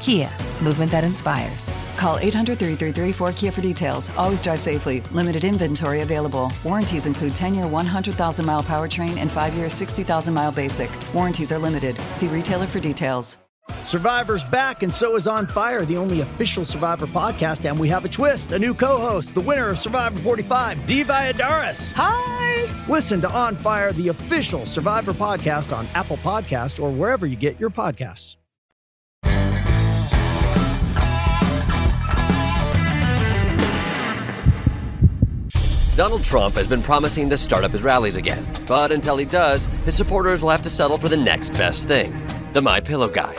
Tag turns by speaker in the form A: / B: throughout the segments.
A: Kia, movement that inspires.
B: Call 800 333 kia for details. Always drive safely. Limited inventory available. Warranties include 10 year 100,000 mile powertrain and 5 year 60,000 mile basic. Warranties are limited. See retailer for details.
C: Survivor's back, and so is On Fire, the only official Survivor podcast. And we have a twist a new co host, the winner of Survivor 45, D. Valladaris.
D: Hi!
C: Listen to On Fire, the official Survivor podcast on Apple Podcasts or wherever you get your podcasts.
E: Donald Trump has been promising to start up his rallies again, but until he does, his supporters will have to settle for the next best thing the My Pillow guy.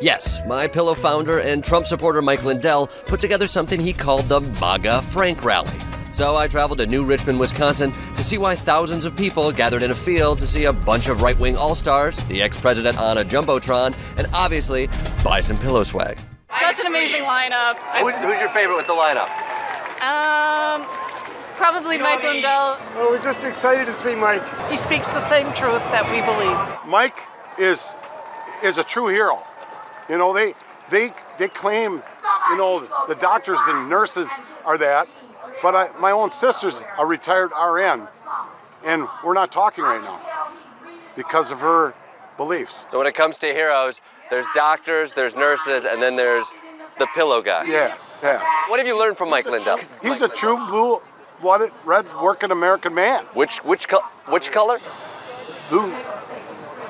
E: Yes, My Pillow founder and Trump supporter Mike Lindell put together something he called the MAGA Frank Rally. So I traveled to New Richmond, Wisconsin to see why thousands of people gathered in a field to see a bunch of right wing all stars, the ex president on a Jumbotron, and obviously buy some pillow swag.
F: Such an amazing lineup.
E: Who's, who's your favorite with the lineup?
F: Um, probably Mike Lindell.
G: Well, we're just excited to see Mike.
H: He speaks the same truth that we believe.
G: Mike is is a true hero. You know, they they they claim, you know, the doctors and nurses are that, but I, my own sister's a retired RN, and we're not talking right now because of her beliefs.
E: So when it comes to heroes, there's doctors, there's nurses, and then there's the pillow guy.
G: Yeah, yeah.
E: What have you learned from Mike Lindell?
G: He's a true blue blooded, red working American man.
E: Which which co- which color?
G: Blue,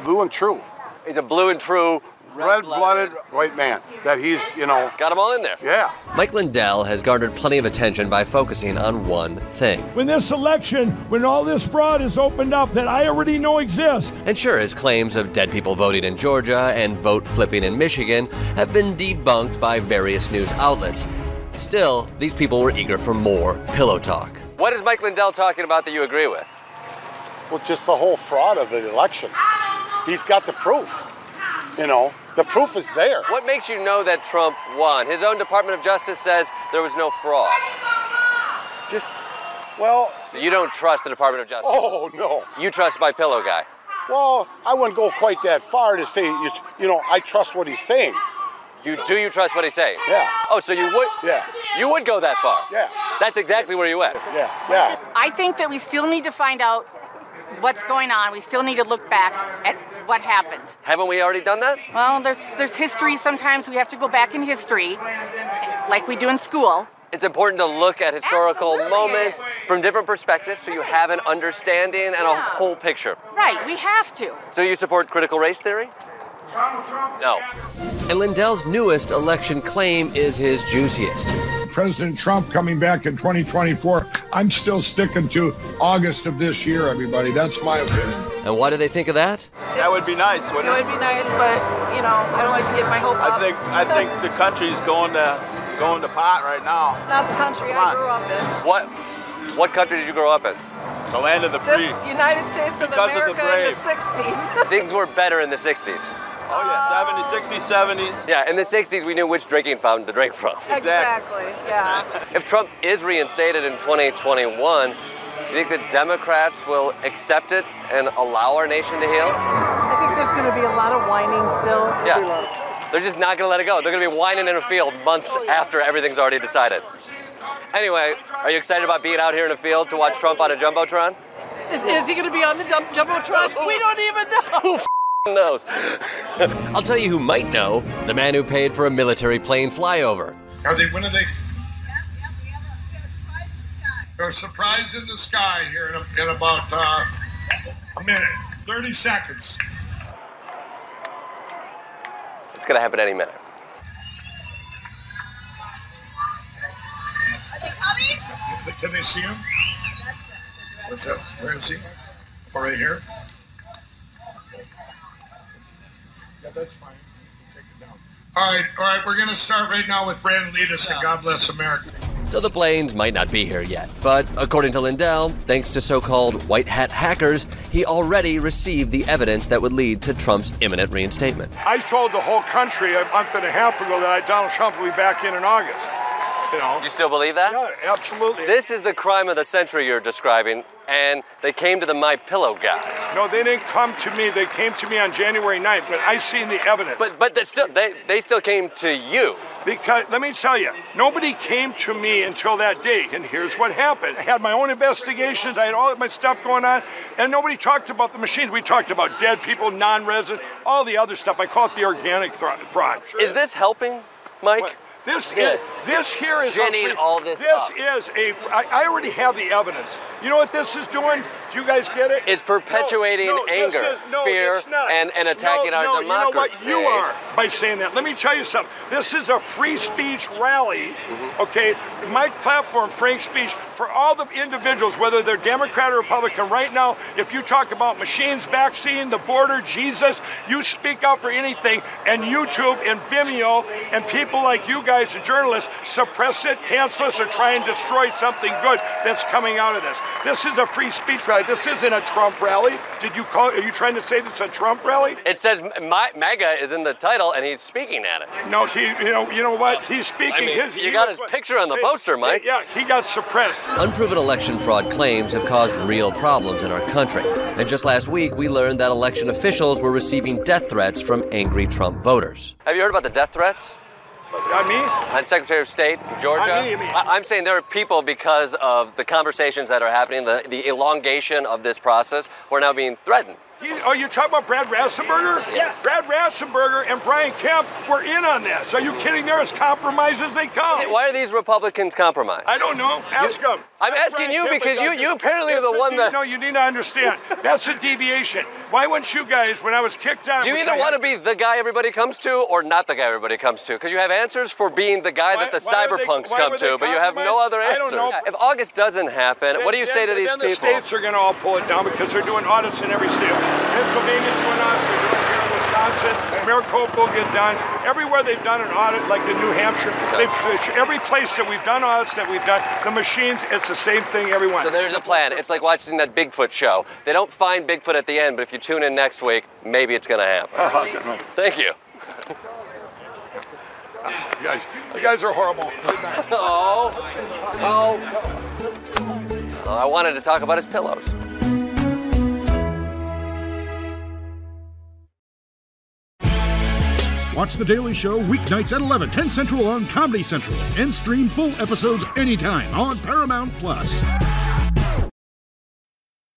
G: blue and true.
E: He's a blue and true
G: Red blooded white man that he's, you know.
E: Got them all in there.
G: Yeah.
E: Mike Lindell has garnered plenty of attention by focusing on one thing.
I: When this election, when all this fraud is opened up that I already know exists.
E: And sure, his claims of dead people voting in Georgia and vote flipping in Michigan have been debunked by various news outlets. Still, these people were eager for more pillow talk. What is Mike Lindell talking about that you agree with?
G: Well, just the whole fraud of the election. He's got the proof. You know, the proof is there.
E: What makes you know that Trump won? His own Department of Justice says there was no fraud.
G: Just, well,
E: So you don't trust the Department of Justice.
G: oh no.
E: You trust my pillow guy.
G: Well, I wouldn't go quite that far to say, you, you know, I trust what he's saying.
E: You do you trust what he's saying?
G: Yeah.
E: Oh, so you would
G: Yeah.
E: You would go that far.
G: Yeah.
E: That's exactly where you went.
G: Yeah, yeah.
H: I think that we still need to find out what's going on. We still need to look back at what happened.
E: Haven't we already done that?
H: Well, there's there's history. Sometimes we have to go back in history, like we do in school.
E: It's important to look at historical
H: Absolutely.
E: moments from different perspectives so you have an understanding and a whole picture.
H: Right, we have to.
E: So you support critical race theory? No. And Lindell's newest election claim is his juiciest.
I: President Trump coming back in 2024. I'm still sticking to August of this year, everybody. That's my opinion.
E: And what do they think of that?
J: That would be nice,
H: It
J: wouldn't it?
H: would be nice, but you know, I don't like to get my hope up.
J: I think I think the country's going to going to pot right now.
H: not the country
J: Come
H: I
J: on.
H: grew up in.
E: What what country did you grow up in?
J: The land of the
H: This
J: free.
H: United States of
J: Because of the brave.
H: America in the '60s.
E: Things were better in the 60s.
J: Oh yeah, 70s, 60s, 70s.
E: Yeah, in the 60s we knew which drinking fountain to drink from.
H: exactly. Yeah.
E: If Trump is reinstated in 2021, do you think the Democrats will accept it and allow our nation to heal?
H: I think there's going to be a lot of whining still.
E: Yeah. They're just not going to let it go. They're going to be whining in a field months after everything's already decided. Anyway, are you excited about being out here in a field to watch Trump on a Jumbotron?
D: Is, is he going to be on the jump, Jumbotron? We don't even know.
E: Who knows? I'll tell you who might know the man who paid for a military plane flyover.
I: Are they, when are they? They're surprise in the sky here in, a, in about uh, a minute, 30 seconds.
E: It's going to happen any minute.
I: Can they see him? What's up? Where is he? Oh, right here? Yeah, that's fine. Take it down. All right, all right, we're going to start right now with Brandon Leadus and God Bless America.
E: so the planes might not be here yet. But according to Lindell, thanks to so called white hat hackers, he already received the evidence that would lead to Trump's imminent reinstatement.
I: I told the whole country a month and a half ago that I, Donald Trump will be back in in August. You know.
E: You still believe that?
I: Yeah, absolutely.
E: This is the crime of the century you're describing, and they came to the My Pillow guy.
I: No, they didn't come to me. They came to me on January 9th, but I seen the evidence.
E: But but they still they, they still came to you.
I: Because let me tell you, nobody came to me until that day, and here's what happened. I had my own investigations, I had all my stuff going on, and nobody talked about the machines. We talked about dead people, non-resident, all the other stuff. I call it the organic thro- fraud.
E: Is this helping, Mike?
I: What? This
E: Yes.
I: is this here is
E: Ginning
I: a, free-
E: all this
I: This
E: up.
I: is a. I, I already have the evidence. You know what this is doing? Do you guys get it?
E: It's perpetuating
I: No, no, this
E: anger,
I: is- no,
E: fear,
I: it's not.
E: and- and attacking
I: no,
E: our
I: no,
E: democracy.
I: You know what? You are by saying that. Let me tell you something. This is a free speech rally, okay? My platform, Frank Speech, for all the individuals, whether they're Democrat or Republican, right now, if you talk about machines, vaccine, the border, Jesus, you speak out for anything, and YouTube and Vimeo and people like you guys, the journalists, suppress it, cancel us, or try and destroy something good that's coming out of this. This is a free speech rally. This isn't a Trump rally. Did you call? Are you trying to say this is a Trump rally?
E: It says my, MAGA is in the title, and he's speaking at it.
I: No, he. You know. You know what? He's speaking.
E: I mean,
I: his.
E: you
I: he
E: got
I: was-
E: his picture on the poster, Mike.
I: Yeah, he got suppressed.
E: Unproven election fraud claims have caused real problems in our country. And just last week, we learned that election officials were receiving death threats from angry Trump voters. Have you heard about the death threats?
I: I mean,
E: On Secretary of State Georgia?
I: I mean, I mean-
E: I- I'm saying there are people because of the conversations that are happening, the, the elongation of this process, we're now being threatened.
I: he, oh, you're talking about Brad Rassenberger?
E: Yes.
I: Brad Rassenberger and Brian Kemp were in on this. Are you kidding? They're as compromised as they come.
E: Why are these Republicans compromised?
I: I don't know. Ask them.
E: I'm asking you because you- you apparently are the one that-
I: No, you need to understand. That's a deviation. Why wouldn't you guys, when I was kicked out?
E: Do you
I: which
E: either
I: I
E: want to
I: had-
E: be the guy everybody comes to or not the guy everybody comes to? Because you have answers for being the guy that the
I: Why- why were they-
E: cyberpunks
I: why
E: come
I: were they
E: to, but you have no other
I: compromised? I
E: answers.
I: don't know.
E: If August doesn't happen, what do you
I: Then-
E: say to
I: then-
E: these
I: then
E: people?
I: the states are going to all pull it down because they're doing audits in every state. Pennsylvania's doing audits. They're doing here in Wisconsin. Maricopa will get done. Everywhere they've done an audit, like in New Hampshire, they've, every place that we've done audits that we've done, the machines, it's the same thing. Everyone.
E: so there's a plan. It's like watching that Bigfoot show. They don't find Bigfoot at the end, but if you tune in next week, maybe it's going to happen.
I: good one.
E: Thank you.
I: You guys, you guys are horrible.
E: Oh, oh. All I wanted to talk about is pillows.
K: Watch The Daily Show weeknights at 11, 10 Central on Comedy Central, and stream full episodes anytime on Paramount Plus.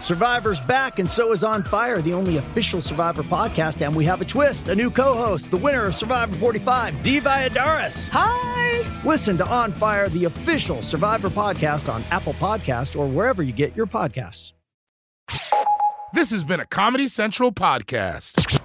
C: Survivor's back, and so is On Fire, the only official Survivor podcast. And we have a twist a new co host, the winner of Survivor 45, D. Valladaris. Hi! Listen to On Fire, the official Survivor podcast on Apple Podcasts or wherever you get your podcasts.
L: This has been a Comedy Central podcast.